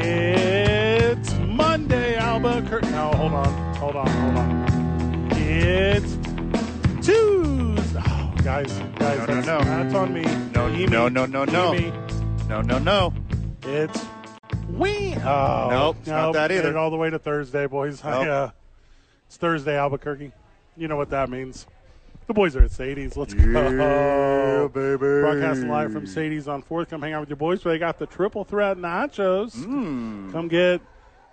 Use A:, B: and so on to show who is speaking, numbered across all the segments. A: It's Monday, Albuquerque. No, hold on, hold on, hold on. It's Tuesday. Oh, guys, guys,
B: No, no,
A: that's,
B: no.
A: that's on me.
B: No,
A: You
B: no,
A: mean-
B: no, no,
A: you
B: no.
A: mean-
B: No, no, no.
A: It's we. Oh,
B: Nope, it's not that
A: made
B: either.
A: it all the way to Thursday, boys. I,
B: Nope.
A: uh, it's Thursday, Albuquerque. You know what that means. The boys are at Sadie's. Let's go.
B: baby.
A: Broadcasting live from Sadie's on 4th. Come hang out with your boys. They got the triple threat nachos. Come get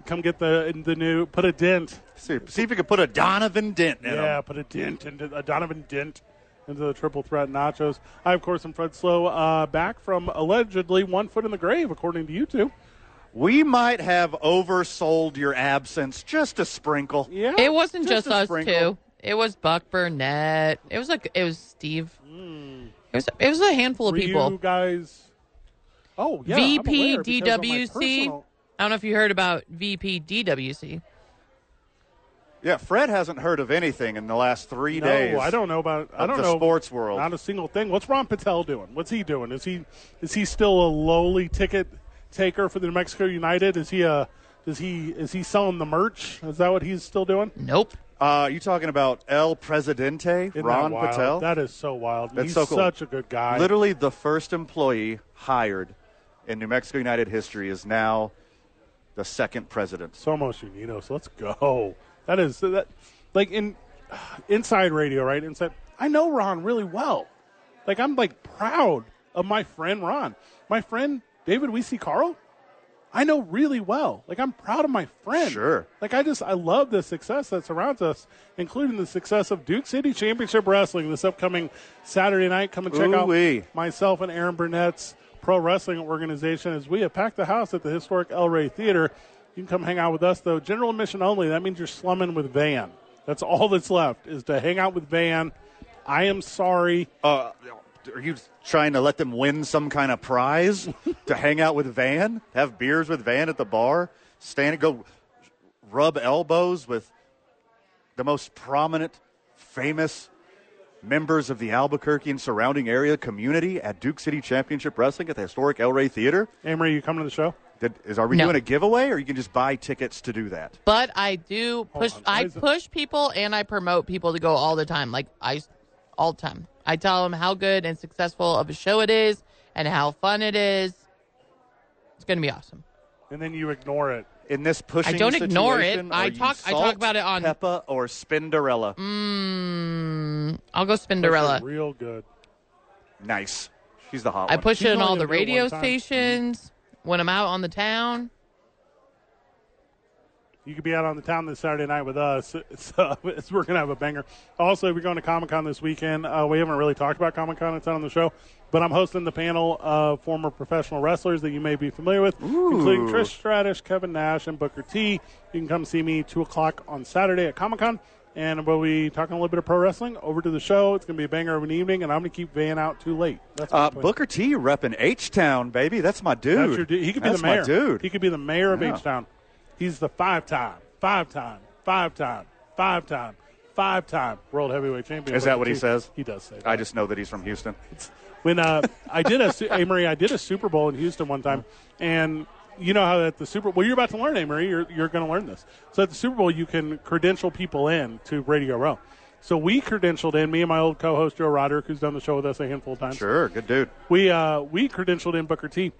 A: come get the the new put a dent.
B: See, see if you could put a Donovan Dent in
A: Yeah,
B: him.
A: put a dent into a Donovan dent into the triple threat nachos. I, of course, am Fred Slow, uh, back from allegedly one foot in the grave, according to you two.
B: We might have oversold your absence just a sprinkle.
A: Yeah,
C: It wasn't
B: Just
C: just,
B: a
C: us
B: sprinkle.
C: two. It was Buck Burnett. It was like it was Steve.
A: Hmm.
C: It was it was a handful of
A: Were
C: people.
A: You guys. Oh yeah, I'm
C: VP
A: aware because on my
C: DWC.
A: personal-
C: I don't know if you heard about VP DWC.
B: Yeah, Fred hasn't heard of anything in the last three days.
A: No, I don't know about. I
B: of
A: don't
B: the
A: know
B: sports world.
A: Not a single thing. What's Ron Patel doing? What's he doing? Is he is he still a lowly ticket taker for the New Mexico United? Is he a is he is he selling the merch? Is that what he's still doing?
C: Nope.
B: Uh, you talking about El Presidente,
A: Isn't
B: Ron
A: that wild?
B: Patel?
A: That is so wild.
B: That's
A: he's
B: so cool.
A: such a good guy.
B: Literally the first employee hired in New Mexico United history is now the second president.
A: Somos Unidos. Let's go. That is that like in inside radio, right? Inside I know Ron really well. Like I'm like proud of my friend Ron. My friend David Weesey Carl, I know really well. Like I'm proud of my friend.
B: Sure.
A: Like I just I love the success that surrounds us, including the success of Duke City Championship Wrestling this upcoming Saturday night. Come and check
B: Ooh-wee.
A: out myself and Aaron Burnett's pro wrestling organization as we have packed the house at the historic El Rey Theater. You can come hang out with us though. General admission only. That means you're slumming with Van. That's all that's left is to hang out with Van. I am sorry.
B: Uh, are you trying to let them win some kind of prize to hang out with Van, have beers with Van at the bar, stand go rub elbows with the most prominent, famous members of the Albuquerque and surrounding area community at Duke City Championship Wrestling at the historic El Rey Theater?
A: Amory, you coming to the show?
B: That is, are we
C: No.
B: doing a giveaway, or you can just buy tickets to do that?
C: But I do push.
A: on, why
C: I
A: is it-
C: push people and I promote people to go all the time. Like I, all the time. I tell them how good and successful of a show it is and how fun it is. It's gonna be awesome.
A: And then you ignore it.
B: In this pushing,
C: don't ignore it.
B: situation,
C: I
B: are you
C: talk- I
B: Salt,
C: talk about it on-
B: Peppa or Spinderella.
C: Mm, I'll go
A: Those are
C: Spinderella.
A: Real good.
B: Nice, she's the hot
C: I
B: one.
C: push
A: She's
C: it on
A: only
C: all
A: gonna do
C: the
A: it one
C: radio
A: time.
C: stations when I'm out on the town.
A: You could be out on the town this Saturday night with us. So it's, we're going to have a banger. Also, we're going to Comic Con this weekend. Uh, we haven't really talked about Comic Con. It's not on the show, but I'm hosting the panel of former professional wrestlers that you may be familiar with, including Trish Stratus, Kevin Nash, and Booker T. You can come see me two o'clock on Saturday at Comic Con, and we'll be talking a little bit of pro wrestling. Over to the show. It's going to be a banger of an evening, and I'm going to keep Van out too late. That's my
B: Uh,
A: plan.
B: Booker T repping H Town, baby. That's my dude.
A: That's your dude. He could be
B: That's
A: the mayor.
B: my dude.
A: He could be the mayor of
B: Yeah.
A: H Town. He's the five time, five time, five time, five time, five time world heavyweight champion.
B: Is that
A: Booker
B: what he
A: T.
B: says?
A: He does say. That.
B: I just know that he's from Houston.
A: when uh, I did a Su- Amory, I did a Super Bowl in Houston one time, and you know how at the Super well you're about to learn Amory, you're you're going to learn this. So at the Super Bowl, you can credential people in to Radio Row. So we credentialed in me and my old co-host Joe Roderick, who's done the show with us a handful of times
B: Sure, good dude.
A: we uh we credentialed in Booker T,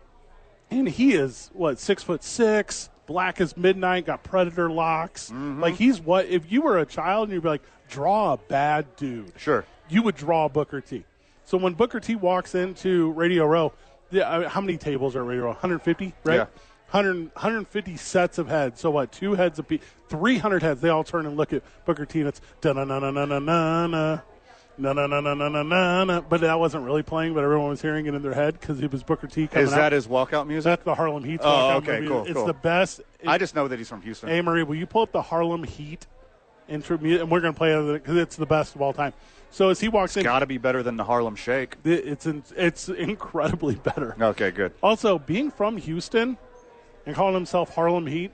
A: and he is what six foot six, black as midnight, got predator locks. Like he's what if you were a child and you'd be like, draw a bad dude.
B: Sure.
A: you would draw Booker T. So when Booker T walks into Radio Row, the, I mean, how many tables are at Radio Row? 150, right?
B: Yeah.
A: 100, 150 sets of heads. So what? Two heads a piece, 300 heads. They all turn and look at Booker T. And it's da na na na na na na. No, no, no, no, no, no, no, no. But that wasn't really playing, but everyone was hearing it in their head because it was Booker T coming
B: Is that
A: out.
B: his walkout music?
A: That's the Harlem Heat.
B: Oh,
A: walkout
B: okay,
A: movie.
B: cool,
A: It's
B: cool.
A: the best.
B: I just know that he's from Houston.
A: Hey, Marie, will you pull up the Harlem Heat intro music? And we're going to play it because it's the best of all time. So as he walks in,
B: Got to be better than the Harlem Shake.
A: th- it's in, it's incredibly better.
B: Okay, good.
A: Also, being from Houston and calling himself Harlem Heat,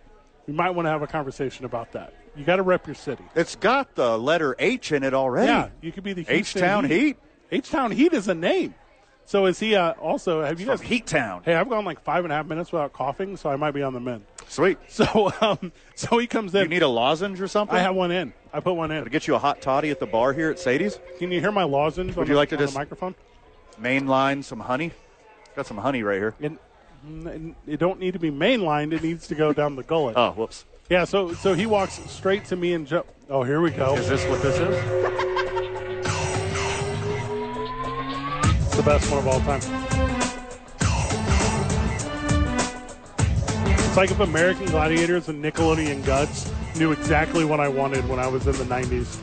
A: we might want to have a conversation about that. You got to rep your city.
B: It's got the letter H in it already.
A: Yeah, you could be the
B: H
A: Houston
B: Town Heat.
A: H Town Heat is a name. So is he? Uh, also, have you
B: From
A: guys?
B: Heat Town.
A: Hey, I've gone like five and a half minutes without coughing, so I might be on the mend.
B: Sweet.
A: So, um, so he comes
B: You
A: in.
B: need a lozenge or something?
A: I have one in. I put one in.
B: to get you a hot toddy at the bar here at Sadie's.
A: Can you hear my lozenge?
B: Would
A: on
B: you
A: the-
B: like to
A: on the
B: just-
A: microphone?
B: Main line, some honey. Got some honey right here.
A: And and it don't need to be mainlined. It needs to go down the gullet.
B: Oh, whoops.
A: Yeah. So, so he walks straight to me and Joe. Oh, here we go.
B: Is this what this is?
A: It's the best one of all time. It's like if American Gladiators and Nickelodeon Guts knew exactly what I wanted when I was in the 90s.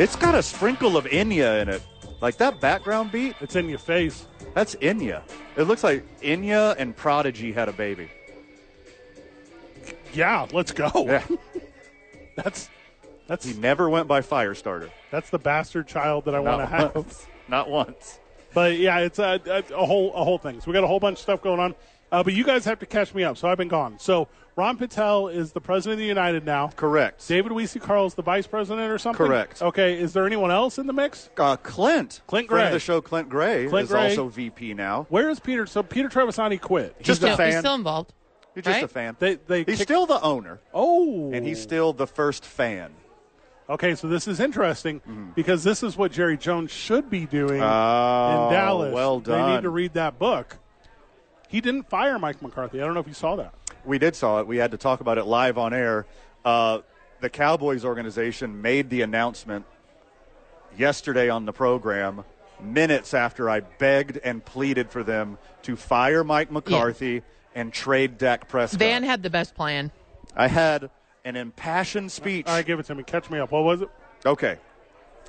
B: It's got a sprinkle of Inya in it. Like that background beat,
A: It's in your face.
B: that's Inya. It looks like Inya and Prodigy had a baby.
A: Yeah, let's go.
B: Yeah.
A: That's
B: he
A: that's
B: never went by Firestarter.
A: that's the bastard child that I want to
B: Not
A: have.
B: once. Not once.
A: But yeah, it's a, a, a whole a whole thing. So we got a whole bunch of stuff going on. Uh, but you guys have to catch me up. So I've been gone. So Ron Patel is the president of the United now.
B: Correct.
A: David Weese Carl is the vice president or something.
B: Correct.
A: Okay. Is there anyone else in the mix?
B: Uh, Clint. Friend
A: Clint Gray.
B: of the show, Clint Gray,
A: Clint
B: is
A: Gray.
B: also VP now.
A: Where is Peter? So Peter Trevisani quit.
B: Just
C: no,
B: a
C: He's
B: fan.
C: still involved.
B: You're just a
C: right?
B: fan.
A: They they
B: he's
A: kicked-
B: still the owner,
A: oh
B: and he's still the first fan.
A: okay. So this is interesting
B: Mm-hmm.
A: because this is what Jerry Jones should be doing
B: Oh,
A: in Dallas.
B: well
A: They
B: done.
A: need to read that book. He didn't fire Mike McCarthy. I don't know if you saw that.
B: We did saw it. We had to talk about it live on air. Uh, the Cowboys organization made the announcement yesterday on the program, minutes after I begged and pleaded for them to fire Mike McCarthy and trade Dak Prescott.
C: Van had the best plan.
B: I had an impassioned speech.
A: All right, give it to me. Catch me up. What was it?
B: Okay.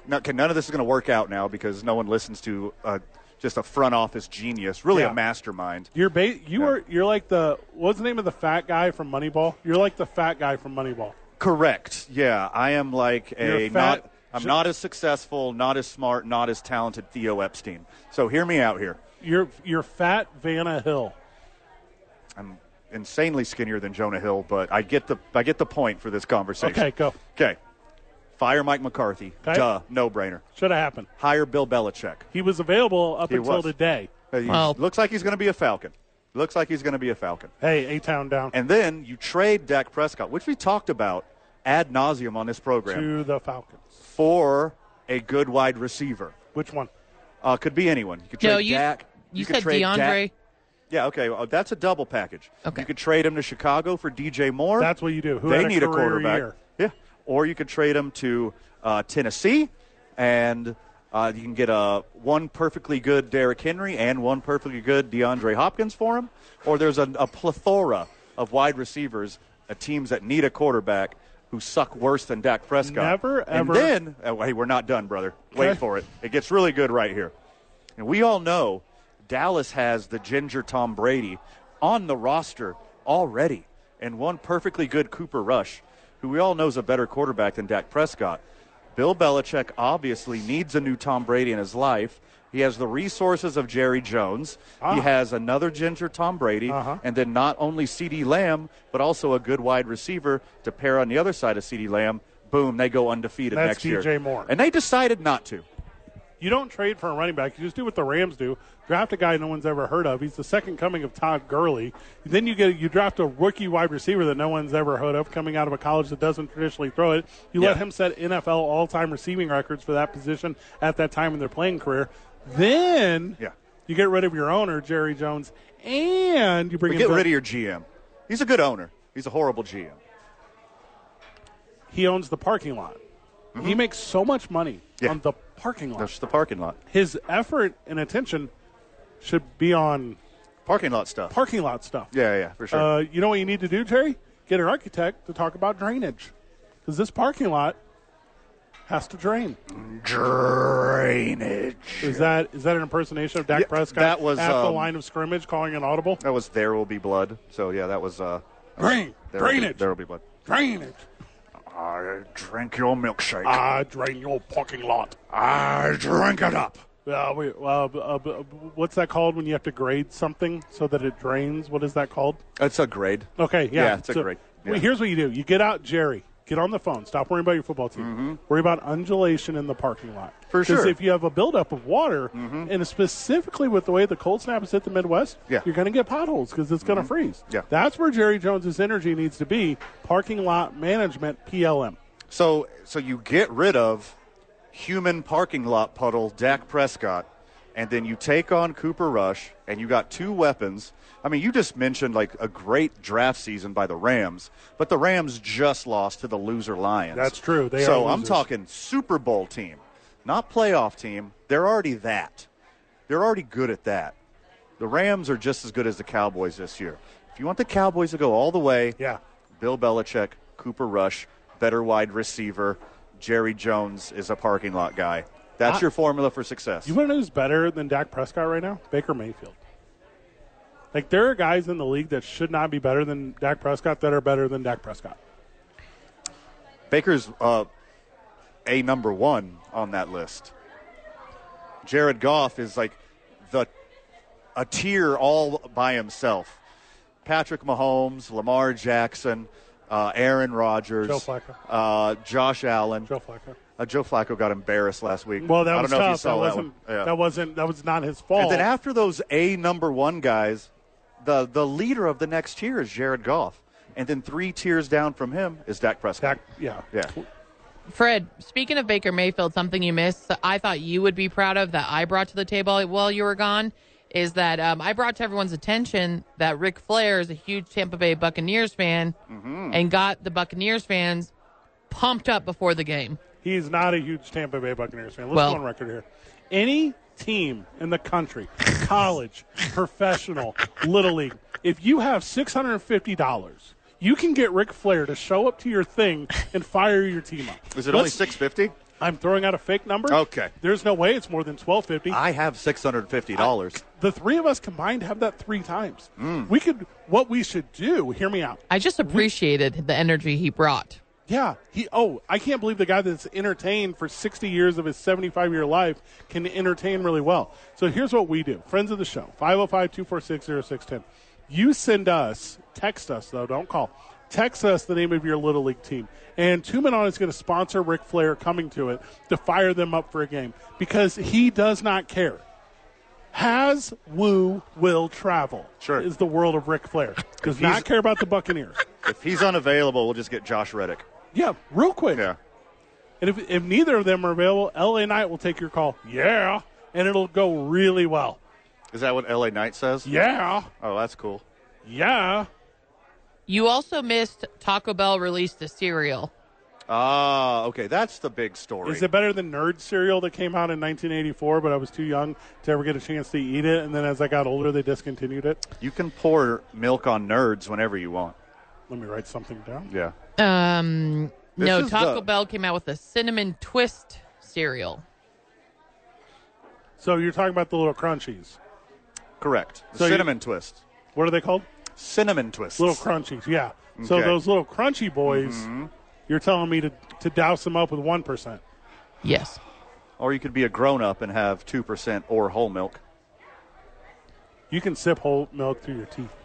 B: No, okay, none of this is going to work out now because no one listens to uh, just a front office genius, really
A: Yeah.
B: a mastermind.
A: You're ba- you are you're like the what's the name of the fat guy from Moneyball? You're like the fat guy from Moneyball.
B: Correct. Yeah, I am like
A: You're
B: a
A: fat-
B: not. I'm
A: sh-
B: not as successful, not as smart, not as talented Theo Epstein. So hear me out here.
A: You're you're fat Vanna Hill.
B: I'm insanely skinnier than Jonah Hill, but I get the I get the point for this conversation.
A: Okay, go.
B: Okay. Fire Mike McCarthy.
A: Okay.
B: Duh, no brainer.
A: Should have happened.
B: Hire Bill Belichick.
A: He was available up
B: He
A: until
B: was.
A: today.
B: Uh, he-
C: Well-
B: looks like he's going to be a Falcon. Looks like he's going to be a Falcon.
A: Hey, A Town down
B: And then you trade Dak Prescott, which we talked about ad nauseum on this program,
A: to the Falcons.
B: for a good wide receiver.
A: Which one?
B: Uh, could be anyone. You could trade
C: No, you
B: Dak.
C: you,
B: could
C: said
B: trade Dak-
C: DeAndre.
B: Yeah, okay. Well, that's a double package.
C: Okay.
B: You could trade him to Chicago for DJ Moore.
A: That's what you do. Who
B: they
A: had a
B: need a
A: career
B: quarterback.
A: year?
B: Yeah. Or you could trade him to uh, Tennessee, and uh, you can get a one perfectly good Derrick Henry and one perfectly good DeAndre Hopkins for him. Or there's a, a plethora of wide receivers, uh, teams that need a quarterback who suck worse than Dak Prescott.
A: Never, ever-
B: And then, oh, hey, we're not done, brother. Wait
A: Okay.
B: for it. It gets really good right here. And we all know Dallas has the ginger Tom Brady on the roster already and one perfectly good Cooper Rush, who we all know is a better quarterback than Dak Prescott. Bill Belichick obviously needs a new Tom Brady in his life. He has the resources of Jerry Jones.
A: Ah.
B: He has another ginger Tom Brady,
A: Uh-huh.
B: and then not only C.D. Lamb, but also a good wide receiver to pair on the other side of C.D. Lamb. Boom, they go undefeated
A: That's
B: next year.
A: DJ Moore.
B: And they decided not to.
A: You don't trade for a running back. You just do what the Rams do. Draft a guy no one's ever heard of. He's the second coming of Todd Gurley. Then you get you draft a rookie wide receiver that no one's ever heard of coming out of a college that doesn't traditionally throw it. You let
B: Yeah.
A: him set NFL all-time receiving records for that position at that time in their playing career. Then
B: Yeah.
A: you get rid of your owner, Jerry Jones, and you bring
B: But
A: in
B: get
A: Bill-
B: rid of your GM. He's a good owner. He's a horrible GM.
A: he owns the parking lot. He makes so much money
B: Mm-hmm. Yeah.
A: on the parking lot.
B: That's just the parking lot.
A: His effort and attention should be on
B: Parking lot stuff.
A: parking lot stuff.
B: yeah, yeah, for sure.
A: Uh, you know what you need to do, Terry? Get an architect to talk about drainage. Because this parking lot has to drain.
B: Drainage.
A: Is that is that an impersonation of Dak
B: Yeah,
A: Prescott
B: that was,
A: at the
B: um,
A: line of scrimmage calling an audible?
B: That was There Will Be Blood. So, yeah, that was. Uh,
A: Drain,
B: there Will Be-
A: drain it,
B: There Will Be Blood.
A: drain it.
B: I drink your milkshake.
A: I Ah, drain your parking lot.
B: I drink it up.
A: Uh, wait, uh, b- uh, b- uh, what's that called when you have to grade something so that it drains? What is that called?
B: It's a grade.
A: Okay, yeah.
B: Yeah, it's a great-
A: well,
B: yeah.
A: here's what you do: you get out, Jerry. Get on the phone. Stop worrying about your football team. Worry about undulation in the parking lot.
B: Mm-hmm. For
A: 'Cause
B: sure. Mm-hmm.
A: if you have a buildup of water, and specifically with the way the cold snap has hit the Midwest,
B: Yeah. Mm-hmm.
A: you're going to get potholes because it's going to freeze.
B: Yeah.
A: That's where Jerry Jones's energy needs to be: parking lot management, PLM.
B: So, so you get rid of human parking lot puddle Dak Prescott, and then you take on Cooper Rush, and you got two weapons. I mean, you just mentioned like a great draft season by the Rams, but the Rams just lost to the loser Lions.
A: That's true. They
B: so
A: are
B: I'm
A: losers.
B: talking Super Bowl team, not playoff team. They're already that. They're already good at that. The Rams are just as good as the Cowboys this year. If you want the Cowboys to go all the way,
A: Yeah.
B: Bill Belichick, Cooper Rush, better wide receiver. Jerry Jones is a parking lot guy. That's your formula for success.
A: You want to know who's better than Dak Prescott right now? Baker Mayfield. Like there are guys in the league that should not be better than Dak Prescott that are better than Dak Prescott.
B: Baker's uh, a number one on that list. Jared Goff is like the a tier all by himself. Patrick Mahomes, Lamar Jackson, uh, Aaron Rodgers,
A: Joe Flacco.
B: uh, Josh Allen.
A: Joe Flacco.
B: Uh, Joe Flacco got embarrassed last week.
A: Well, that
B: I don't
A: was
B: know
A: tough.
B: if you saw
A: that,
B: that,
A: wasn't.
B: one. Yeah.
A: That wasn't. That was not his fault.
B: And then after those A number one guys, the the leader of the next tier is Jared Goff, and then three tiers down from him is Dak Prescott.
A: Dak, yeah.
B: Yeah,
C: Fred, speaking of Baker Mayfield, something you missed, that I thought you would be proud of that I brought to the table while you were gone, is that um, I brought to everyone's attention that Ric Flair is a huge Tampa Bay Buccaneers fan
B: Mm-hmm.
C: and got the Buccaneers fans pumped up before the game.
A: He's not a huge Tampa Bay Buccaneers fan. Let's
C: Well-
A: go on record here. Any team in the country, college, professional, little league, if you have six hundred and fifty dollars, you can get Ric Flair to show up to your thing and fire your team up.
B: is it only
A: Let's-
B: six fifty?
A: I'm throwing out a fake number.
B: Okay.
A: There's no way it's more than twelve fifty.
B: I have six hundred fifty dollars.
A: The three of us combined have that three times.
B: Hmm.
A: We could. What we should do? Hear me out.
C: I just appreciated the energy he brought.
A: Yeah. He. Oh, I can't believe the guy that's entertained for sixty years of his seventy-five year life can entertain really well. So here's what we do. Friends of the show, 505-246-0610. You send us, text us though. Don't call. Text us the name of your little league team, and Two Men On is going to sponsor Ric Flair coming to it to fire them up for a game because he does not care. Has Woo will travel.
B: Sure.
A: Is the world of Ric Flair. Does
B: he's-
A: not care about the Buccaneers.
B: If he's unavailable, we'll just get Josh Reddick.
A: yeah, real quick.
B: Yeah,
A: And if, if neither of them are available, LA Knight will take your call. Yeah. And it'll go really well.
B: is that what L.A. Knight says?
A: Yeah.
B: Oh, that's cool.
A: Yeah.
C: You also missed Taco Bell released a cereal.
B: Ah, okay, that's the big story.
A: Is it better than Nerd cereal that came out in 1984, but I was too young to ever get a chance to eat it? And then as I got older, they discontinued it.
B: you can pour milk on nerds whenever you want.
A: Let me write something down.
B: Yeah.
C: Um,
B: This
C: no,
B: is
C: Taco
B: the-
C: Bell came out with a cinnamon twist cereal.
A: So you're talking about the little crunchies.
B: Correct. The
A: So you-
B: cinnamon twist.
A: What are they called?
B: Cinnamon twist.
A: Little crunchies, yeah. So
B: Okay. Mm-hmm.
A: those little crunchy boys, you're telling me to, to douse them up with 1%.
C: Yes.
B: or you could be a grown up and have two percent or whole milk.
A: You can sip whole milk through your teeth.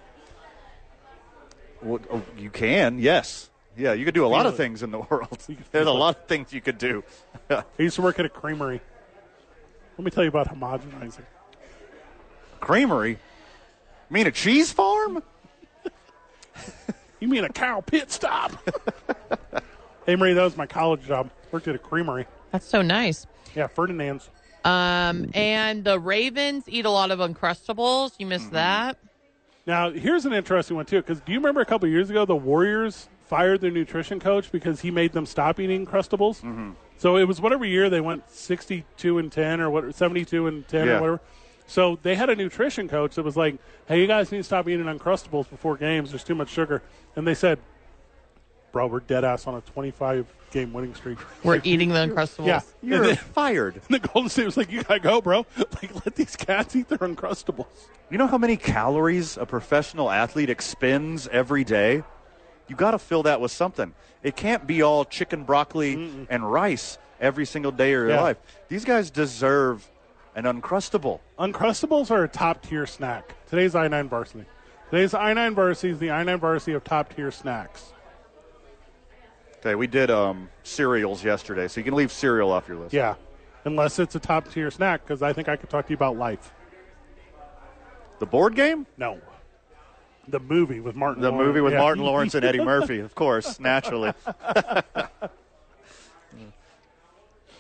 B: Well, oh, you can, yes. Yeah, you could do a lot of things in the world.
A: You can
B: There's a
A: feel it.
B: lot of things you could do.
A: I used to work at a creamery. Let me tell you about homogenizing.
B: Creamery? You mean a cheese farm?
A: You mean a cow pit stop? hey, Marie, that was my college job. Worked at a creamery.
C: That's so nice.
A: Yeah, Ferdinand's.
C: Um, and the Ravens eat a lot of Uncrustables. You
B: Mm-hmm.
C: missed that.
A: Now, here's an interesting one, too, because do you remember a couple years ago the Warriors fired their nutrition coach because he made them stop eating Crustables? Mm-hmm. So it was whatever year they went 62 and 10 or what, 72 and 10
B: Yeah.
A: or whatever. So they had a nutrition coach that was like, hey, you guys need to stop eating Uncrustables before games. There's too much sugar. And they said, bro, we're dead ass on a 25 game winning streak.
C: We're eating the Uncrustables.
A: Yeah.
B: You're
A: And then-
B: fired.
A: and the Golden State was like, you gotta go, bro. Like, let these cats eat their Uncrustables.
B: You know how many calories a professional athlete expends every day? You got to fill that with something. It can't be all chicken, broccoli, and rice every single day of your
A: Yeah.
B: life. These guys deserve an uncrustable.
A: Uncrustables are a top tier snack. Today's I 9 varsity. Today's I 9 varsity is the I 9 varsity of top tier snacks.
B: Okay, we did um, cereals yesterday, so you can leave cereal off your list.
A: Yeah. Unless it's a top tier snack, because I think I could talk to you about life.
B: The board game?
A: No. The movie with Martin
B: The
A: Lawrence.
B: movie with
A: Yeah.
B: Martin Lawrence and Eddie Murphy, of course, naturally.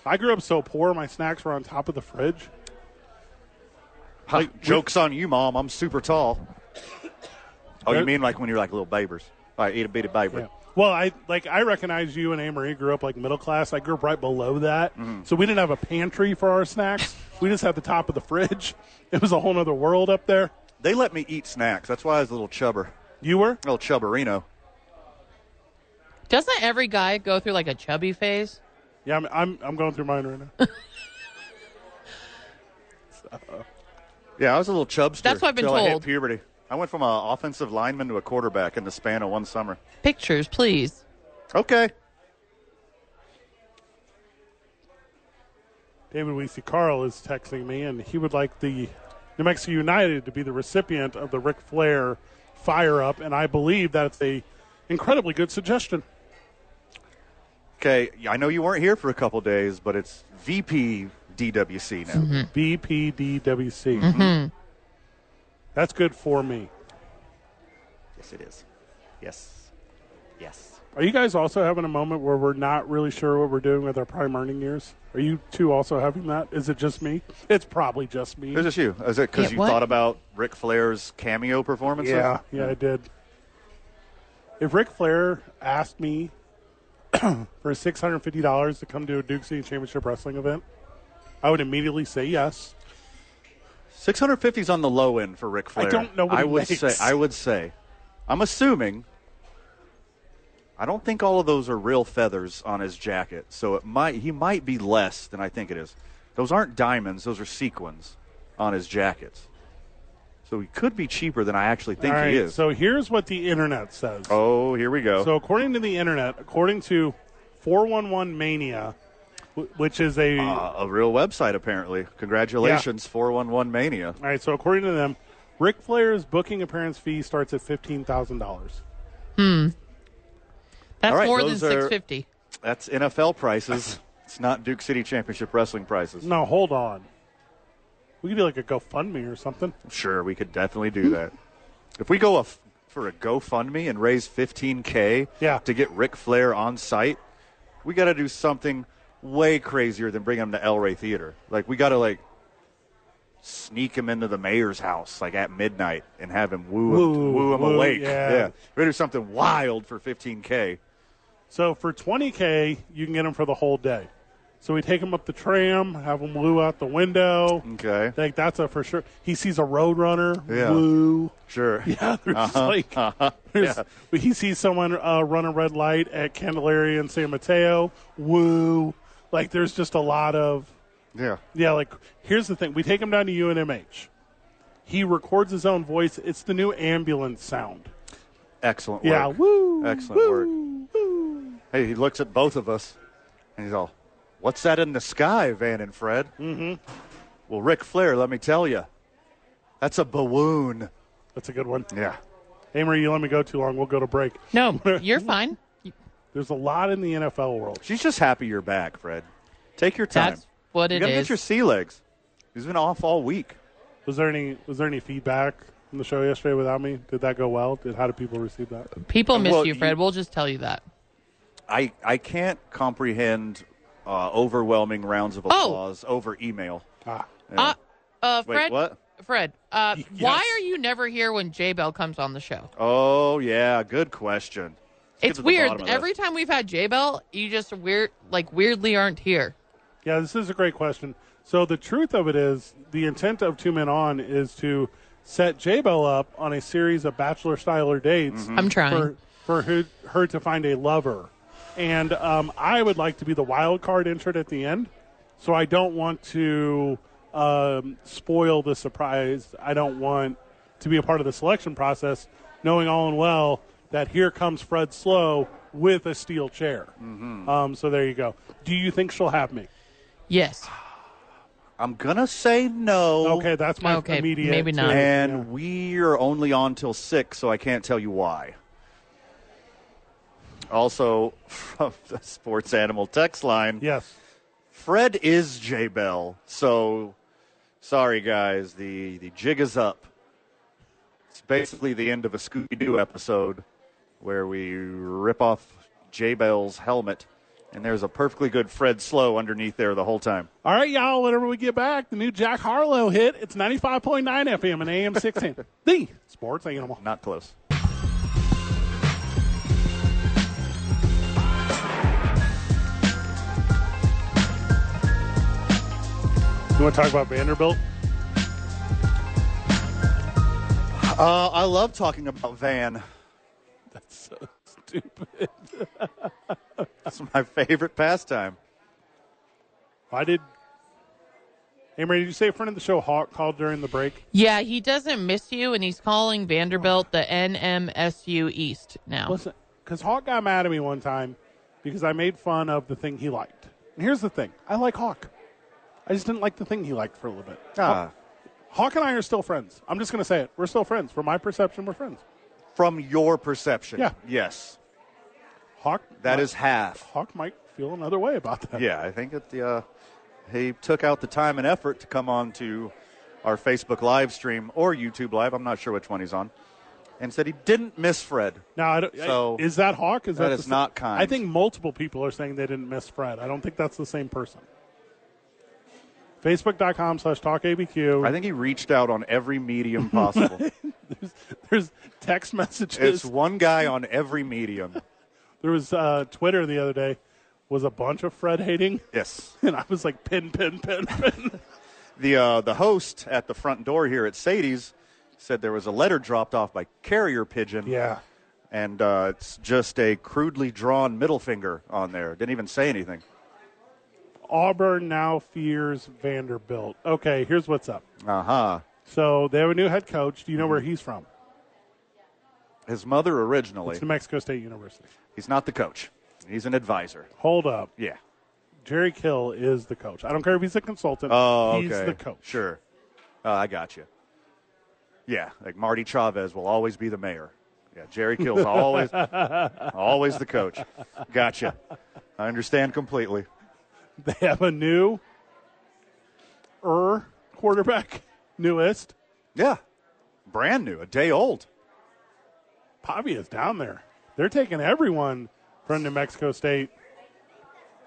A: I grew up so poor, my snacks were on top of the fridge.
B: Like, Joke's on you, Mom. I'm super tall. Oh, you
A: There-
B: mean like when you're like little babers? All right, eat a bit of baber.
A: Yeah. Well, I like I recognize you and Amory grew up like middle class. I grew up right below that,
B: Mm-hmm.
A: so we didn't have a pantry for our snacks. we just had the top of the fridge. It was a whole other world up there.
B: They let me eat snacks. That's why I was a little chubber.
A: You were?
B: little chubberino.
C: Doesn't every guy go through like a chubby phase?
A: Yeah, I'm I'm, I'm going through mine right now.
B: Yeah, I was a little chubster.
C: That's what I've been
B: till I hit
C: told.
B: puberty. I went from an offensive lineman to a quarterback in the span of one summer.
C: Pictures, please.
B: Okay.
A: David Weesey Carl is texting me, and he would like the New Mexico United to be the recipient of the Ric Flair fire up, and I believe that's a incredibly good suggestion.
B: Okay. I know you weren't here for a couple days, but it's VP DWC now.
C: Mm-hmm.
A: BPDWC. That's good for me.
B: Yes, it is. Yes. Yes.
A: Are you guys also having a moment where we're not really sure what we're doing with our prime earning years? Are you two also having that? Is it just me? It's probably just me.
B: Is this you? Is it because
C: Yeah,
B: you
C: what?
B: thought about Ric Flair's cameo performances?
A: yeah, yeah, I did. If Ric Flair asked me for six hundred fifty dollars to come to a Duke City Championship Wrestling event, I would immediately say yes.
B: 650 is on the low end for Ric Flair.
A: don't know what
B: I
A: he
B: would
A: makes.
B: say. I would say. I'm assuming. I don't think all of those are real feathers on his jacket, so it might he might be less than I think it is. Those aren't diamonds; those are sequins on his jackets. So he could be cheaper than I actually think
A: All right,
B: he is.
A: So here's what the internet says.
B: oh, here we go.
A: So according to the internet, according to four one one Mania, wh- which is a
B: Uh, a real website, apparently. Congratulations, 411 Mania.
A: All right, so according to them, Ric Flair's booking appearance fee starts at fifteen thousand dollars.
C: That's
B: All right,
C: more than
B: those are-
C: six fifty.
B: That's NFL prices. it's not Duke City Championship Wrestling prices.
A: Now hold on, we could do like a GoFundMe or something.
B: Sure, we could definitely do that. if we go a f- for a GoFundMe and raise 15K
A: Yeah.
B: to get Ric Flair on site, we got to do something way crazier than bring him to El Rey Theater. Like, we got to, like, sneak him into the mayor's house, like, at midnight and have him woo,
A: Woo,
B: him, woo him
A: woo,
B: awake.
A: yeah.
B: We're going to do something wild for 15K.
A: So for twenty k, you can get them for the whole day. So we take him up the tram, have him woo out the window.
B: Okay.
A: Like that's a for sure. He sees a Roadrunner,
B: Yeah. Uh-huh.
A: woo.
B: Sure.
A: Yeah, there's like there's, he sees someone uh, run a red light at Candelaria and San Mateo, woo. Like there's just a lot of
B: Yeah.
A: Yeah, like here's the thing: we take him down to UNMH. He records his own voice. It's the new ambulance sound.
B: Excellent work.
A: Yeah, woo.
B: Excellent
A: woo,
B: work.
A: woo.
B: Hey, he looks at both of us, and he's all, "What's that in the sky, Van and Fred?" Mm-hmm. Well, Ric Flair, let me tell you, that's a balloon.
A: That's a good one.
B: Yeah.
A: Amory, you let me go too long. We'll go to break.
C: No, you're fine.
A: There's a lot in the NFL world.
B: She's just happy you're back, Fred. Take your time.
C: That's what
B: you
C: it
B: gotta get your
C: is.
B: sea legs. He's been off all week.
A: Was there any Was there any feedback from the show yesterday without me? Did that go well? Did how did people receive that?
C: People miss
B: Uh, Well,
C: you, Fred.
B: you-
C: We'll just tell you that.
B: I I can't comprehend uh, overwhelming rounds of applause over email.
A: Ah,
B: Yeah.
C: Oh! Uh, uh,
B: Wait,
C: Fred.
B: what?
C: Fred, uh,
A: Yes.
C: why are you never here when J Bell comes on the show?
B: Oh yeah, good question. Let's get
C: it's
B: to the
C: weird.
B: bottom of this.
C: Every time we've had J Bell, you just weird, like weirdly aren't here.
A: yeah, this is a great question. So the truth of it is, the intent of Two Men On is to set J Bell up on a series of bachelor styler dates
C: I'm trying.
A: for, for who, her to find a lover. And um, I would like to be the wild card entered at the end, so I don't want to um, spoil the surprise. I don't want to be a part of the selection process, knowing all and well that here comes Fred Slow with a steel chair. Um, so there you go. Do you think she'll have me?
C: Yes.
B: I'm gonna say no.
A: Okay, that's my
C: Okay,
A: immediate.
C: maybe not.
B: And we are only on till six, so I can't tell you why. Also, from the sports animal text line,
A: Yes.
B: Fred is J Bell. So, sorry guys, the the jig is up. It's basically the end of a Scooby Doo episode where we rip off J Bell's helmet, and there's a perfectly good Fred Slow underneath there the whole time.
A: All right, y'all. Whenever we get back, the new Jack Harlow hit. It's 95.9 FM and AM 610. the sports animal.
B: Not close.
A: You want to talk about Vanderbilt?
B: Uh, I love talking about Van.
A: That's so stupid.
B: It's my favorite pastime.
A: Why did. Amory, did you say a friend of the show Hawk called during the break?
C: Yeah, he doesn't miss you, and he's calling Vanderbilt the NMSU East now.
A: Listen, because Hawk got mad at me one time because I made fun of the thing he liked. And here's the thing I like Hawk. I just didn't like the thing he liked for a little bit.
B: Ah,
A: Hawk and I are still friends. I'm just going to say it. We're still friends. From my perception, we're friends.
B: from your perception.
A: Yeah.
B: Yes.
A: Hawk.
B: that
A: might-
B: is half.
A: Hawk might feel another way about that.
B: Yeah, I think that the, uh, he took out the time and effort to come on to our Facebook live stream or YouTube live. I'm not sure which one he's on. And said he didn't miss Fred.
A: Now, I don't,
B: So-
A: is that Hawk? Is
B: That
A: that,
B: is
A: the sa-
B: not kind.
A: I think multiple people are saying they didn't miss Fred. I don't think that's the same person. Facebook.com slash talkabq.
B: I think he reached out on every medium possible.
A: there's, there's text messages.
B: it's one guy on every medium.
A: there was uh, Twitter the other day was a bunch of Fred hating,
B: Yes.
A: and I was like, pin, pin, pin, pin.
B: The uh, the host at the front door here at Sadie's said there was a letter dropped off by carrier pigeon.
A: yeah.
B: and uh, it's just a crudely drawn middle finger on there. Didn't even say anything.
A: Auburn now fears Vanderbilt. Okay, here's what's up.
B: Uh huh.
A: So they have a new head coach. Do you know where he's from?
B: His mother originally.
A: It's New Mexico State University.
B: He's not the coach. He's an advisor.
A: Hold up.
B: Yeah.
A: Jerry Kill is the coach. I don't care if he's a consultant.
B: Oh,
A: he's
B: okay.
A: the coach.
B: Sure. Uh, I got you. Yeah, like Marty Chavez will always be the mayor. Yeah, Jerry Kill's always, always the coach. Gotcha. I understand completely.
A: They have a new er quarterback, newest.
B: Yeah, brand new, a day old.
A: Pavia's down there. They're taking everyone from New Mexico State,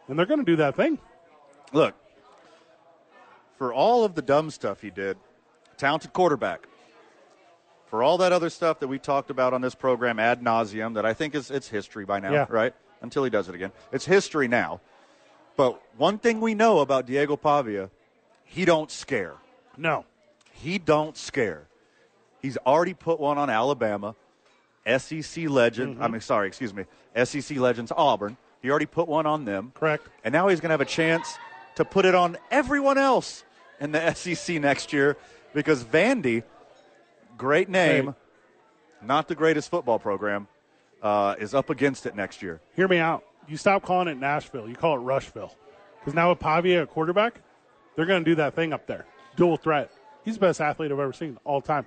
A: and they're going to do that thing.
B: Look, for all of the dumb stuff he did, talented quarterback. For all that other stuff that we talked about on this program ad nauseum, that I think is it's history by now,
A: Yeah.
B: right? Until he does it again, it's history now. But one thing we know about Diego Pavia, he don't scare.
A: No,
B: He don't scare. He's already put one on Alabama, SEC legend. I mean, sorry, excuse me, SEC legends Auburn. He already put one on them.
A: correct.
B: And now he's going to have a chance to put it on everyone else in the SEC next year because Vandy, great name,
A: Right.
B: not the greatest football program, uh, is up against it next year.
A: Hear me out. You stop calling it Nashville. You call it Rushville. Because now with Pavia at quarterback, they're going to do that thing up there. Dual threat. He's the best athlete I've ever seen all time.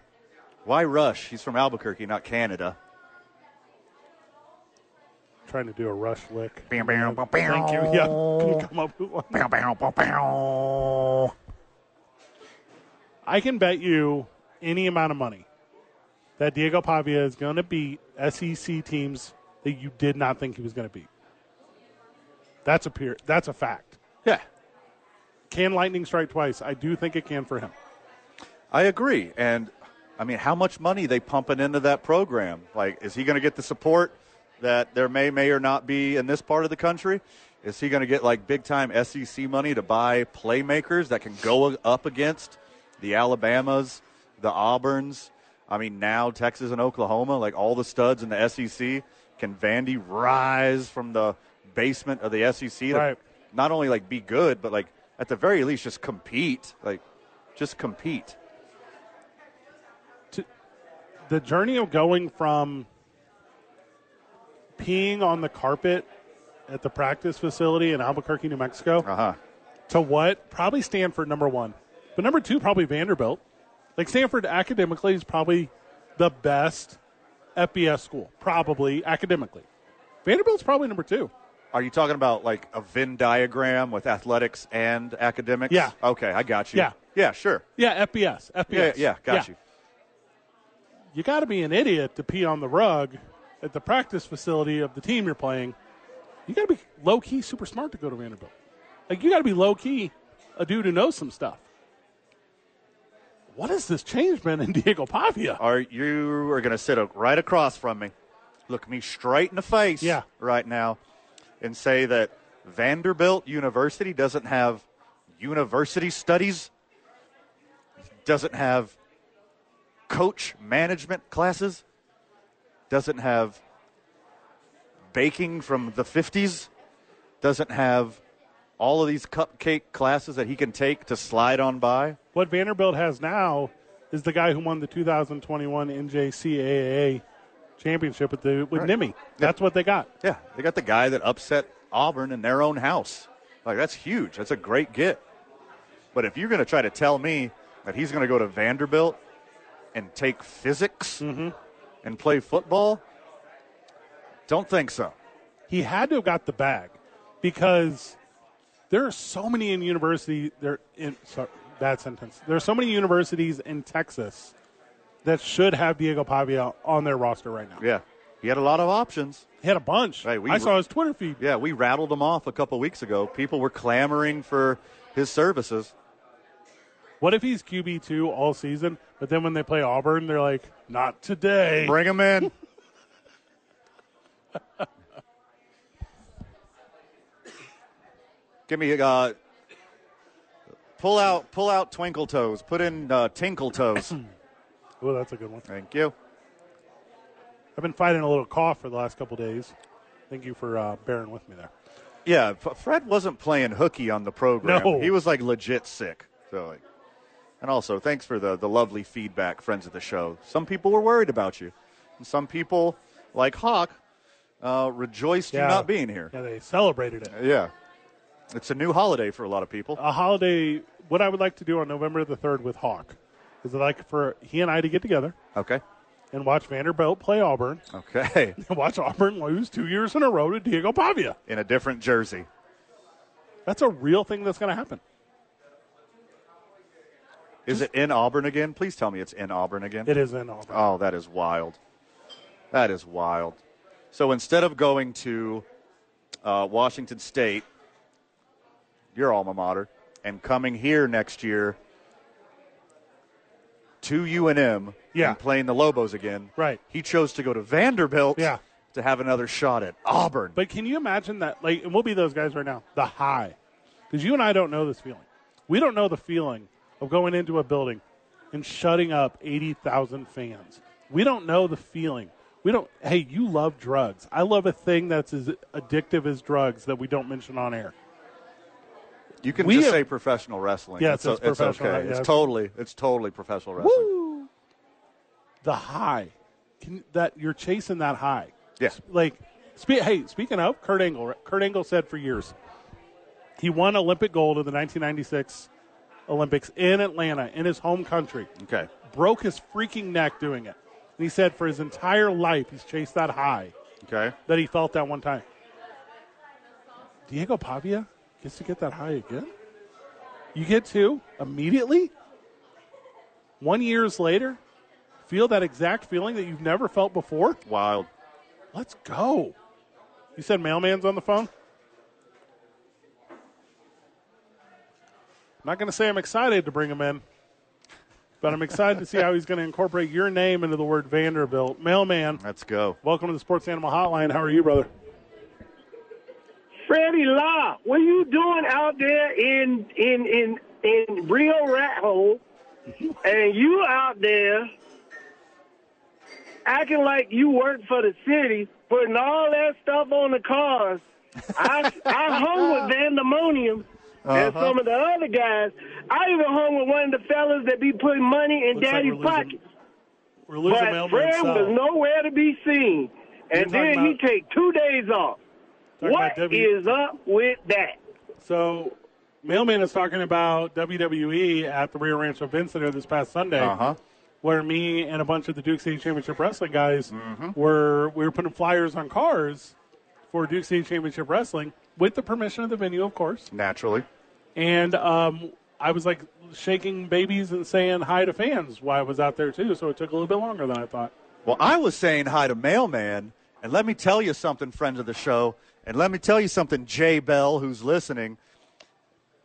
B: Why rush? He's from Albuquerque, not Canada.
A: Trying to do a rush lick.
D: Bam, bam, bam,
A: Thank you. Yeah. Can you come up with one?
D: Bam, bam, bam, bam.
A: I can bet you any amount of money that Diego Pavia is going to beat SEC teams that you did not think he was going to beat. That's a peer, That's a fact.
B: Yeah,
A: Can lightning strike twice? I do think it can for him.
B: I agree. And I mean, how much money they pumping into that program? Like, is he going to get the support that there may may or not be in this part of the country? Is he going to get like big time SEC money to buy playmakers that can go up against the Alabamas, the Auburns? I mean, now Texas and Oklahoma, like all the studs in the SEC. Can Vandy rise from the basement of the SEC to
A: Right.
B: not only like be good, but like at the very least just compete? Like, just compete.
A: the journey of going from peeing on the carpet at the practice facility in Albuquerque, New Mexico,
B: Uh huh.
A: to what probably Stanford number one, but number two probably Vanderbilt. Like Stanford academically is probably the best FBS school, probably academically. Vanderbilt's probably number two.
B: Are you talking about like a Venn diagram with athletics and academics?
A: Yeah.
B: Okay, I got you.
A: Yeah.
B: Yeah, sure.
A: Yeah, FBS. FBS.
B: Yeah, yeah, got you.
A: You got to be an idiot to pee on the rug at the practice facility of the team you're playing. You got to be low key, super smart to go to Vanderbilt. Like you got to be low key, a dude who knows some stuff. What has this change been in Diego Pavia?
B: Are you are going to sit a- right across from me, look me straight in the face
A: Yeah.
B: right now, and say that Vanderbilt University doesn't have university studies, doesn't have coach management classes, doesn't have baking from the 50s, doesn't have all of these cupcake classes that he can take to slide on by.
A: What Vanderbilt has now is the guy who won the 2021 NJCAA championship with the with
B: Right.
A: Nimi. That's what they got.
B: Yeah, they got the guy that upset Auburn in their own house. Like that's huge. That's a great get. But if you're going to try to tell me that he's going to go to Vanderbilt and take physics and play football, don't think so.
A: he had to have got the bag because there are so many in university there in sorry, bad sentence. There are so many universities in Texas that should have Diego Pavia on their roster right now.
B: Yeah, he had a lot of options.
A: He had a bunch.
B: Hey, we
A: I
B: were-
A: saw his Twitter feed.
B: Yeah, we rattled him off a couple weeks ago. People were clamoring for his services.
A: What if he's QB two all season, but then when they play Auburn, they're like, not today.
B: Bring him in. Give me uh, pull out, pull out Twinkle Toes. Put in uh, Tinkle Toes.
A: Oh, that's a good one.
B: Thank you.
A: I've been fighting a little cough for the last couple days. Thank you for uh, bearing with me there.
B: Yeah, F- Fred wasn't playing hooky on the program.
A: No.
B: He was like legit sick. So, like, and also thanks for the the lovely feedback, friends of the show. Some people were worried about you, and some people, like Hawk, uh, rejoiced you not being here.
A: Yeah, they celebrated it.
B: Yeah. It's a new holiday for a lot of people.
A: a holiday. What I would like to do on November the third with Hawk is I'd like for he and I to get together
B: Okay.
A: and watch Vanderbilt play Auburn
B: Okay.
A: and watch Auburn lose two years in a row to Diego Pavia.
B: In a different jersey.
A: That's a real thing that's going to happen.
B: Is it in Auburn again? Please tell me it's in Auburn again.
A: It is in Auburn.
B: Oh, that is wild. That is wild. So instead of going to uh, Washington State, your alma mater, and coming here next year to UNM
A: Yeah.
B: and playing the Lobos again,
A: Right.
B: he chose to go to Vanderbilt
A: Yeah.
B: to have another shot at Auburn.
A: But can you imagine that? Like, and we'll be those guys right now. The high, because you and I don't know this feeling. We don't know the feeling of going into a building and shutting up eighty thousand fans. We don't know the feeling. We don't. Hey, you love drugs. I love a thing that's as addictive as drugs that we don't mention on air.
B: You can
A: We
B: just
A: have-
B: say professional wrestling.
A: Yeah,
B: it's,
A: it says
B: it's
A: professional,
B: okay.
A: right, yeah.
B: It's totally, it's totally professional wrestling.
A: The high, can, that you're chasing that high.
B: Yeah.
A: like spe- hey speaking of kurt angle right? kurt angle said for years he won olympic gold in the 1996 olympics in atlanta in his home country
B: Okay.
A: broke his freaking neck doing it and he said for his entire life he's chased that high
B: Okay.
A: that he felt that one time diego pavia gets to get that high again you get to immediately one years later feel that exact feeling that you've never felt before
B: Wild.
A: Let's go. You said mailman's on the phone? I'm not going to say I'm excited to bring him in, but I'm excited to see how he's going to incorporate your name into the word Vanderbilt. Mailman,
B: Let's go.
A: welcome to the Sports Animal Hotline. How are you, brother?
E: Freddie Law, what are you doing out there in in in in Rio Rat Hole? And you out there acting like you work for the city, putting all that stuff on the cars. I I hung with Vandemonium and
A: Uh-huh.
E: some of the other guys. I even hung with one of the fellas that be putting money in
A: Looks like
E: daddy's
A: we're losing-
E: pocket.
A: We're losing
E: But
A: Melbourne
E: Fred
A: South.
E: was nowhere to be seen. And
A: You're talking
E: then he
A: about-
E: take two days off.
A: Talking
E: What
A: about
E: is
A: W- E.
E: up with that?
A: So, Mailman is talking about WWE at the Rio Rancho Event Center this past Sunday,
B: Uh-huh.
A: where me and a bunch of the Duke City Championship Wrestling guys
B: Mm-hmm.
A: were we were putting flyers on cars for Duke City Championship Wrestling with the permission of the venue, of course.
B: Naturally.
A: And um, I was like shaking babies and saying hi to fans while I was out there too. So it took a little bit longer than I thought.
B: Well, I was saying hi to Mailman, and let me tell you something, friends of the show, and let me tell you something, Jay Bell, who's listening.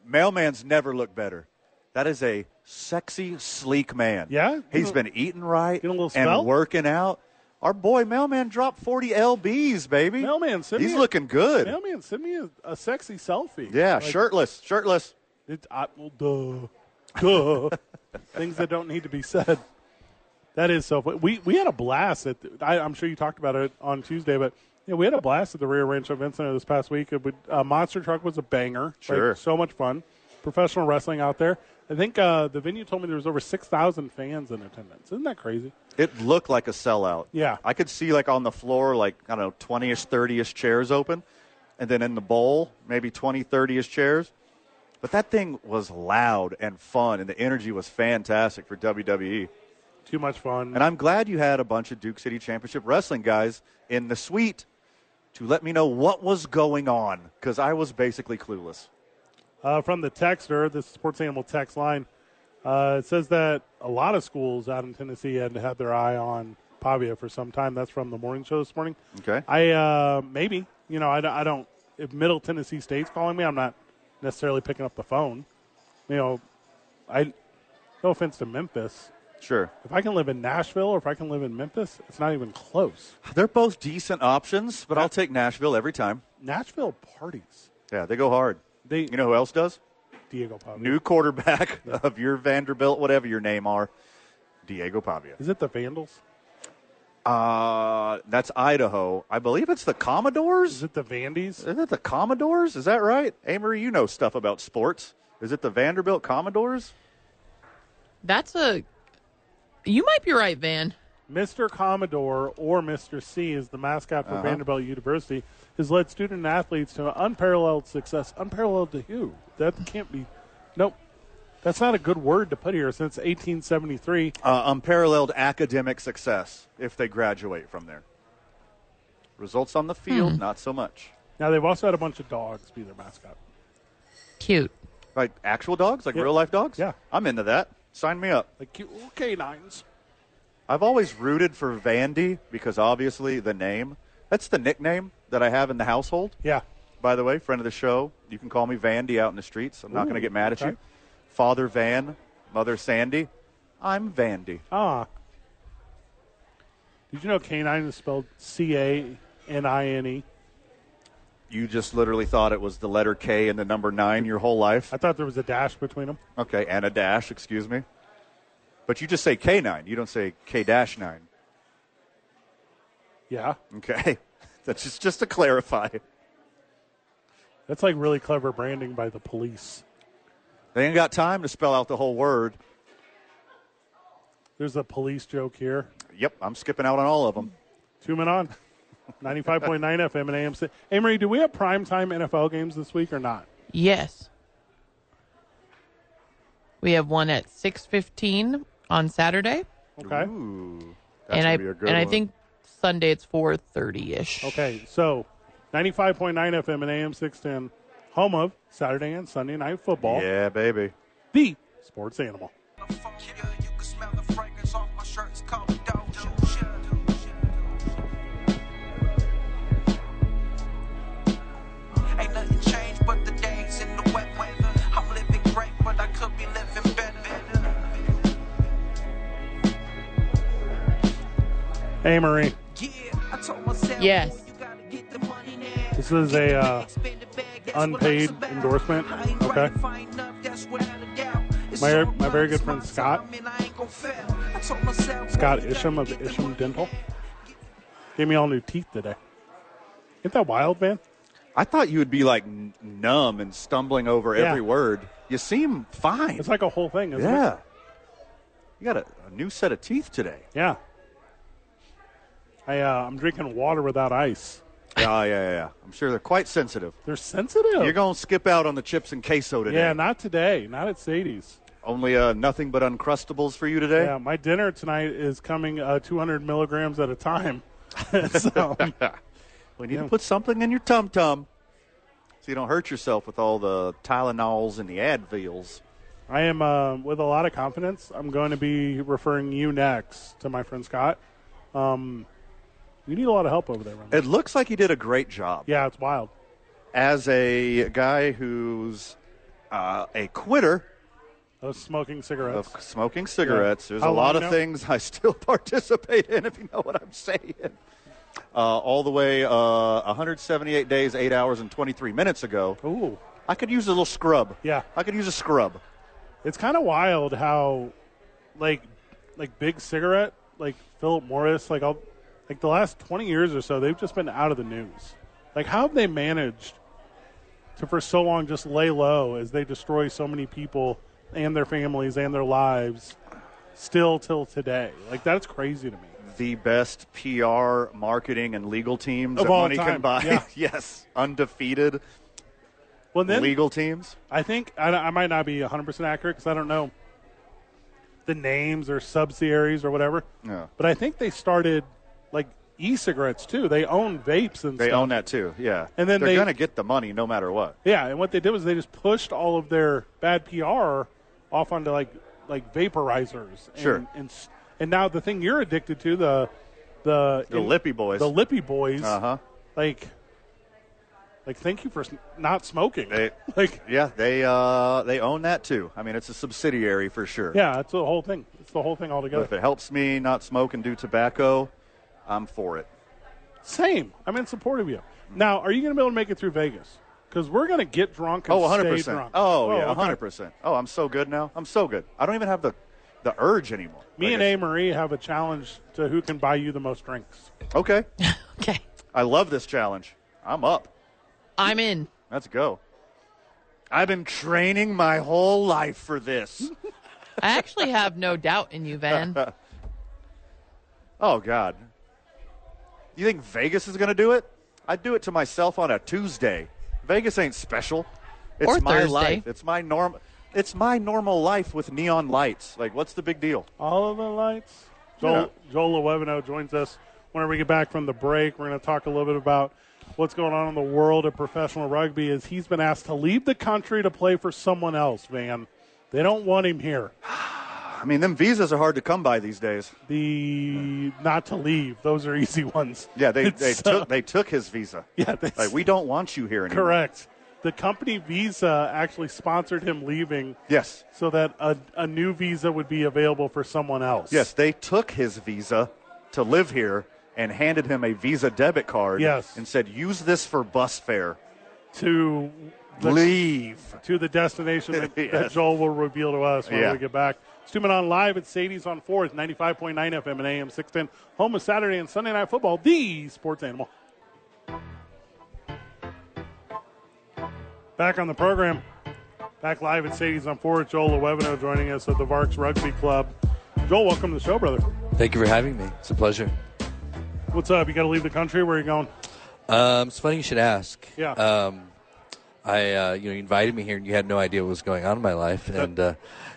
B: Mailman's never looked better. That is a sexy, sleek man.
A: Yeah?
B: He's been eating right
A: Getting a little
B: and
A: svelte?
B: working out. Our boy Mailman dropped 40 lbs, baby.
A: Mailman, send
B: He's
A: me a-
B: looking good.
A: Mailman, send me a, a sexy selfie.
B: Yeah,
A: Like,
B: shirtless, shirtless.
A: It, I, well, duh, duh. Things that don't need to be said. That is so. fu- We we had a blast at. I, I'm sure you talked about it on Tuesday, but you know, we had a blast at the Rio Rancho Event Center this past week. It would, uh, Monster Truck was a banger. Like,
B: Sure.
A: so much fun. Professional wrestling out there. I think uh, the venue told me there was over six thousand fans in attendance. Isn't that crazy?
B: It looked like a sellout.
A: Yeah.
B: I could see like on the floor, like, I don't know, 20 ish, 30 ish chairs open. And then in the bowl, maybe 20, 30 ish chairs. But that thing was loud and fun, and the energy was fantastic for WWE.
A: Too much fun.
B: And I'm glad you had a bunch of Duke City Championship Wrestling guys in the suite to let me know what was going on because I was basically clueless.
A: uh, from the texter, the sports animal text line. Uh, it says that a lot of schools out in Tennessee had had their eye on Pavia for some time. That's from the morning show this morning.
B: Okay.
A: I uh, maybe you know I, don't- I don't. If Middle Tennessee State's calling me, I'm not necessarily picking up the phone. You know, I no offense to Memphis.
B: Sure.
A: If I can live in Nashville or if I can live in Memphis, it's not even close.
B: They're both decent options, but I'll take Nashville every time.
A: Nashville parties.
B: Yeah, they go hard.
A: They
B: You know who else does?
A: Diego Pavia.
B: new quarterback of your Vanderbilt, whatever your name are, Diego Pavia.
A: Is it the Vandals?
B: Uh, that's Idaho. I believe it's the
A: Is
B: Commodores.
A: it the Vandies?
B: Is it the Commodores? Is that right? Amory, you know stuff about sports. Is it the Vanderbilt Commodores?
C: That's a. You might be right, Van.
A: Mr. Commodore or Mr. C is the mascot for Vanderbilt University, has led student athletes to unparalleled success. Unparalleled to who? That can't be. Nope. That's not a good word to put here since 1873.
B: Uh, unparalleled academic success if they graduate from there. Results on the
A: Hmm.
B: field, not so much.
A: Now, they've also had a bunch of dogs be their mascot.
C: Cute.
B: Like actual dogs, like
A: Yeah.
B: real life dogs?
A: Yeah.
B: I'm into that. Sign me up.
A: Like cute little canines.
B: I've always rooted for Vandy because obviously the name. That's the nickname that I have in the household.
A: Yeah.
B: By the way, friend of the show, you can call me Vandy out in the streets. I'm not going to get mad at
A: okay.
B: you. Father Van, Mother Sandy. I'm Vandy.
A: Ah. Did you know canine is spelled C A N I N E?
B: You just literally thought it was the letter K and the number nine your whole life.
A: I thought there was a dash between them.
B: Okay, and a dash, excuse me. But you just say K9. You don't say K dash 9.
A: Yeah.
B: Okay. That's just, just to clarify.
A: That's like really clever branding by the police.
B: They ain't got time to spell out the whole word.
A: There's a police joke here.
B: Yep, I'm skipping out on all of them.
A: Two men on. 95.9 FM and AM. Hey, Marie, do we have primetime NFL games this week or not?
C: Yes. We have one at six fifteen on Saturday,
A: Okay.
B: Ooh, that's
C: and I
B: gonna be a good
C: and I
B: one.
C: think Sunday it's four thirty ish.
A: Okay, so 95.9 FM and AM 610, home of Saturday and Sunday Night Football,
B: Yeah, baby.
A: the sports animal.
F: Ain't nothing changed but the days in the wet weather. I'm living great, but I could be living better.
A: Hey, Marie,
C: Yes.
F: This is a uh, unpaid endorsement. Okay.
A: My-
F: My, my very good friend Scott. Scott
A: Isham of Isham Dental. Gave me all new teeth today. Isn't that wild, man?
B: I thought you would be like n- numb and stumbling over
A: Yeah.
B: every word. You seem fine.
A: It's like a whole thing, isn't it?
B: yeah. You got a, a new set of teeth today.
A: Yeah. I, uh, I'm drinking water without ice.
B: Oh, yeah, yeah, yeah. I'm sure they're quite sensitive.
A: They're sensitive.
B: You're going to skip out on the chips and queso today.
A: Oh. yeah, not today. Not at Sadie's.
B: Only uh, nothing but Uncrustables for you today.
A: Yeah, my dinner tonight is coming uh, 200 milligrams at a time. so,
B: We need to put something in your tum tum so you don't hurt yourself with all the Tylenols and the Advils.
A: I am, uh, with a lot of confidence, I'm going to be referring you next to my friend Scott. Um, you need a lot of help over there, man.
B: It looks like you did a great job.
A: Yeah, it's wild.
B: As a guy who's uh, a quitter
A: I was smoking cigarettes.
B: of smoking cigarettes, there's
A: How
B: a lot
A: long
B: of
A: now?
B: things I still participate in, if you know what I'm saying. Uh, all the way uh, 178 days, 8 hours, and 23 minutes ago.
A: Ooh.
B: I could use a little scrub.
A: Yeah.
B: I could use a scrub.
A: It's kind of wild how, like, like big cigarette, like Philip Morris, like all, like the last twenty years or so, they've just been out of the news. Like, how have they managed to for so long just lay low as they destroy so many people and their families and their lives, still till today? Like, that's crazy to me.
B: the best PR, marketing, and legal teams
A: Of
B: that
A: all
B: money
A: time,
B: can buy.
A: yeah.
B: yes, undefeated
A: Well, then
B: legal teams.
A: I think I, I might not be 100% accurate because I don't know the names or subsidiaries or whatever.
B: Yeah.
A: But I think they started like e cigarettes too. They own vapes and
B: They
A: stuff.
B: own that too. Yeah,
A: And then
B: they're
A: they-
B: gonna get the money no matter what.
A: Yeah, and what they did was they just pushed all of their bad PR off onto like like vaporizers. And,
B: Sure.
A: And s- and now the thing you're addicted to the the
B: The Lippy Boys.
A: the lippy boys
B: uh huh.
A: like like thank you for s- not smoking
B: They-
A: like
B: Yeah, they uh, they own that too. I mean, it's a subsidiary for sure.
A: yeah it's the whole thing it's the whole thing
B: But
A: altogether
B: if it helps me not smoke and do tobacco, I'm for it.
A: Same. I'm in support of you. Now, are you going to be able to make it through Vegas? Because we're going to get drunk and
B: Oh, 100
A: stay
B: percent.
A: drunk.
B: Oh, yeah,
A: okay.
B: 100 percent. Oh, I'm so good now. I'm so good. I don't even have the the urge anymore.
A: Me
B: Like
A: and
B: I
A: A.
B: said.
A: Marie have a challenge to who can buy you the most drinks.
B: Okay,
C: Okay.
B: I love this challenge. I'm up.
C: I'm in.
B: Let's go. I've been training my whole life for this.
C: I actually have no doubt in you, Van.
B: oh God. You think Vegas is gonna do it? I do it to myself on a Tuesday. Vegas ain't special. It's
C: Or
B: my
C: Thursday.
B: life. It's my norm it's my normal life with neon lights. Like what's the big deal?
A: All of the lights. Joel,
B: Yeah.
A: Joel Leweveno joins us whenever we get back from the break. We're going to talk a little bit about what's going on in the world of professional rugby as he's been asked to leave the country to play for someone else, man. They don't want him here.
B: I mean them visas are hard to come by these days.
A: The not to leave, those are easy ones. uh,
B: Yeah, they, they
A: So-
B: took they took his visa.
A: Yeah, they,
B: Like we don't want you here anymore.
A: Correct. The company Visa actually sponsored him leaving
B: Yes.
A: so that a, a new visa would be available for someone else.
B: Yes, they took his visa to live here and handed him a Visa debit card
A: Yes.
B: and said, use this for bus fare.
A: To the,
B: Leave.
A: to the destination that,
B: Yes.
A: that Joel will reveal to us when
B: Yeah.
A: we get back. Stuman on live at Sadie's on 4th, 95.9 FM and AM 610. Home of Saturday and Sunday Night Football, the sports animal. Back on the program. Back live at Sadie's on 4th. Joel Lewevino joining us at the Varks Rugby Club. Joel, welcome to the show, brother.
G: Thank you for having me. It's a pleasure.
A: What's up? You got to leave the country? Where are you going?
G: Um, it's funny you should ask.
A: Yeah.
G: Um, I uh, you know you invited me here and you had no idea what was going on in my life and uh,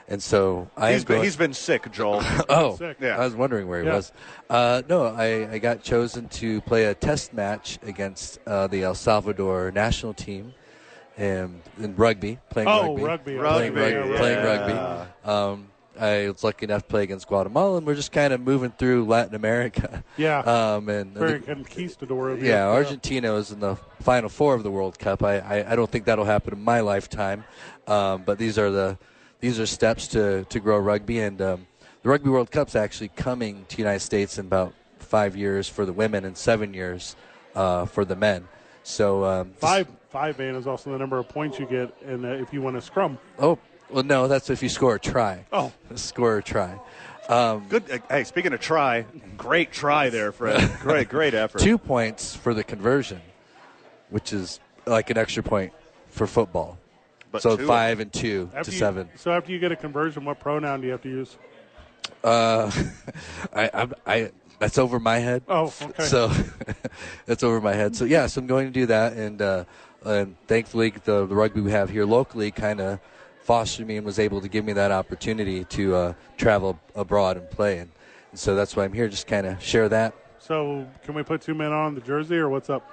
G: and so I
B: He's
G: am
B: been,
G: going-
B: he's been sick, Joel.
G: oh
A: sick.
B: Yeah.
G: I was wondering where he
A: Yeah.
G: was. Uh, no, I, I got chosen to play a test match against uh, the El Salvador national team and in rugby playing
A: Oh,
G: rugby
A: rugby.
G: playing
B: Rugby,
G: rugby,
B: yeah.
G: playing rugby. Um, I was lucky enough to play against Guatemala, and we're just kind of moving through Latin America.
A: Yeah.
G: Um, and, and
A: Very
G: the-
A: conquistador uh, of you.
G: Yeah, Argentina is in the final four of the World Cup. I, I, I don't think that'll happen in my lifetime, um, but these are the these are steps to, to grow rugby, and um, the Rugby World Cup's actually coming to the United States in about five years for the women and seven years uh, for the men. So um, this-
A: Five five man is also the number of points you get, and uh, if you win a scrum,
G: Oh, well, no, that's if you score a try.
A: Oh.
G: score a try.
B: Good. uh, Hey, speaking of try, great try there, Fred. great, great effort.
G: Two points for the conversion, which is like an extra point for football.
B: But
G: so
B: two-
G: five and two
A: After
G: to
A: you-
G: seven.
A: So after you get a conversion, what pronoun do you have to use?
G: Uh, I, I, I, that's over my head.
A: Oh, okay.
G: So that's over my head. So yeah, so I'm going to do that, and uh, and thankfully the, the rugby we have here locally kind of fostered me and was able to give me that opportunity to uh, travel abroad and play, and, and so that's why I'm here, just kind of share that.
A: So can we put two men on the jersey or what's up?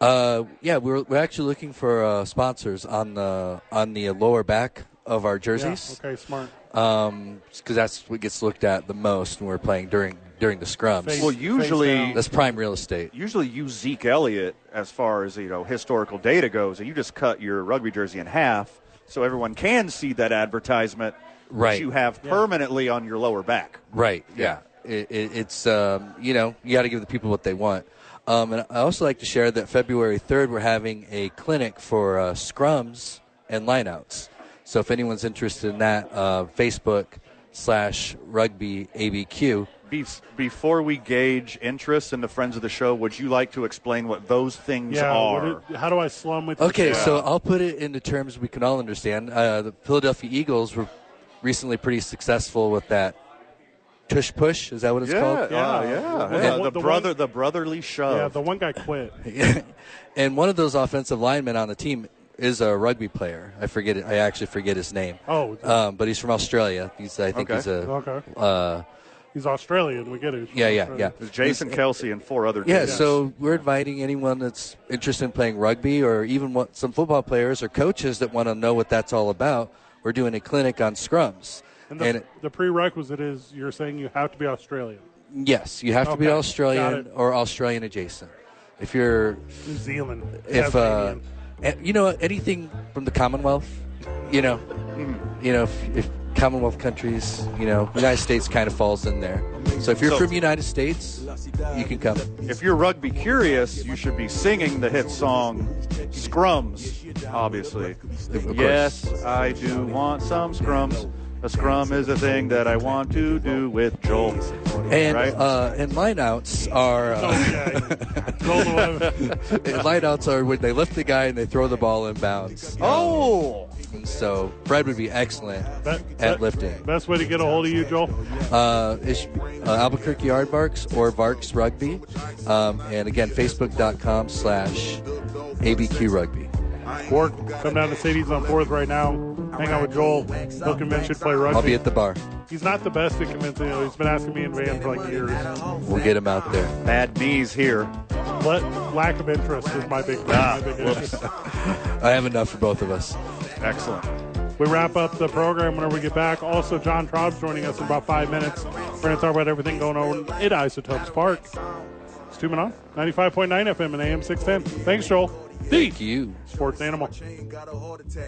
G: Uh, yeah, we're we're actually looking for uh, sponsors on the on the lower back of our
A: Yeah,
G: jerseys.
A: okay, smart.
G: because that's what gets looked at the most when we're playing during during the scrums.
A: Face-
B: Well, usually,
A: face
G: that's prime real estate.
B: usually you Zeke Elliott as far as you know historical data goes, and you just cut your rugby jersey in half so everyone can see that advertisement
G: Right.
B: that you have permanently on your lower back.
G: Right. Yeah. It, it, it's um, you know you got to give the people what they want. Um, and I also like to share that February third we're having a clinic for uh, scrums and lineouts. So if anyone's interested in that, uh, Facebook slash Rugby ABQ.
B: Be- before we gauge interest in the friends of the show, would you like to explain what those things
A: Yeah. what
B: are?
A: do- how do I slum with?
G: Okay,
A: you?
G: so I'll put it into terms we can all understand. Uh, the Philadelphia Eagles were recently pretty successful with that tush push. Is that what it's called?
B: Ah, yeah,
A: Yeah.
B: yeah,
A: Well,
B: yeah.
A: the one-
B: The,
A: the
B: brother,
A: one-
B: the brotherly shove.
A: yeah, the one guy quit.
G: and one of those offensive linemen on the team is a rugby player. I forget it. I actually forget his name.
A: Oh.
G: um, but he's from Australia. He's I think
B: Okay.
G: he's a
A: Okay,
G: uh,
A: he's Australian. We get it.
G: yeah yeah yeah.
B: It was Jason Kelsey and four other
G: Yeah,
B: dudes.
G: so we're inviting anyone that's interested in playing rugby or even what, some football players or coaches that want to know what that's all about. We're doing a clinic on scrums.
A: And the,
G: and it-
A: the prerequisite is you're saying you have to be Australian,
G: Yes, you have to be
A: Okay, got
G: Australian
A: it.
G: or Australian adjacent. If you're,
A: New Zealand,
G: if uh,
A: Tasmanian.
G: eh, you know anything from the Commonwealth, you know, you know if, if Commonwealth countries, you know, United States kind of falls in there. So if you're
B: So-
G: from United States, you can come.
B: If you're rugby curious, you should be singing the hit song Scrums, obviously.
G: Of course.
B: Yes, I do want some scrums. A scrum is a thing that I want to do with Joel.
G: And
B: Right.
G: uh, and lineouts are uh,
A: Goal eleven.
G: lineouts are when they lift the guy and they throw the ball in bounds.
B: Oh!
G: And so Fred would be excellent
A: That-
G: at
A: that-
G: lifting.
A: Best way to get a hold of you, Joel.
G: uh, is, uh, Albuquerque Aardvarks or Varks Rugby. Um, and again, facebook.com slash ABQ Rugby.
A: Work. Come down to Cities on Fourth right now. Hang out with Joel. He'll convince you to play
G: I'll be
A: rugby.
G: at the bar.
A: He's not the best at convincing. You. He's been asking me in van for like years.
G: We'll get him out there.
B: Bad knees here.
A: But lack of interest is my big,
G: Ah,
A: my big issue.
G: I have enough for both of us.
B: Excellent.
A: We wrap up the program whenever we get back. Also, John Traub's joining us in about five minutes. We're going to talk about everything going on at Isotopes Park. It's two men on 95.9 FM and AM 610. Thanks, Joel. The
G: Thank you.
A: sports animal.
F: Got a heart attack.